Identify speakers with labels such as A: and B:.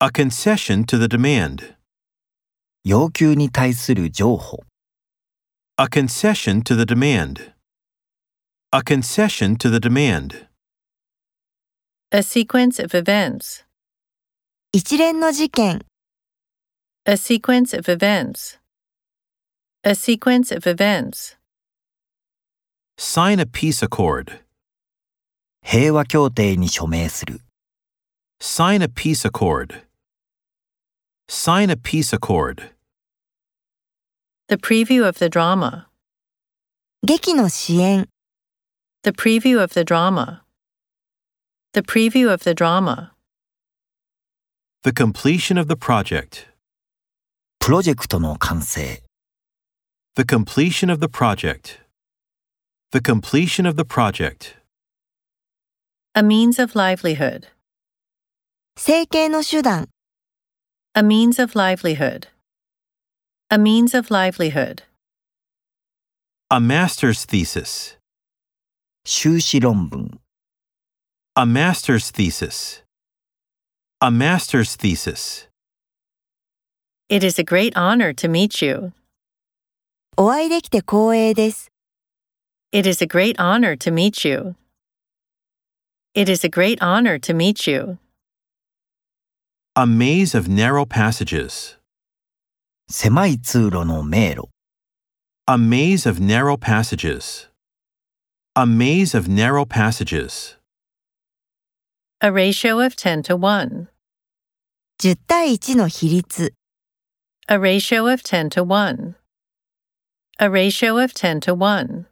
A: A concession to the demand.
B: 要求に対する譲歩、
A: A concession to the demand. A concession to the demand.
C: A sequence of events.
D: 一連の事件、
C: A sequence of events. A sequence of events.
A: Sign a peace accord.
B: 平和協定に署名する、
A: Sign a peace accord. Sign a peace accord.
C: The preview of the drama.
D: 劇の支援、
C: The preview of the drama. The preview of the drama.
A: The completion of the project.
B: プロジェクトの完成、
A: The completion of the project. The completion of the project.
C: A means of livelihood.
D: 整形の手段、
C: A means of livelihood. A means of livelihood.
A: A master's thesis.
B: 修士論文、
A: A master's thesis. A master's thesis.
C: It is a great honor to meet you.
D: お会いできて光栄です。
C: It is a great honor to meet you. It is a great honor to meet you.
A: A maze of narrow passages.
B: 狭い通路の迷路、
A: A maze of narrow passages. A maze of narrow passages.
C: A ratio of 10 to 1.
D: 10対1の比率、
C: A ratio of 10 to 1. A ratio of 10 to 1.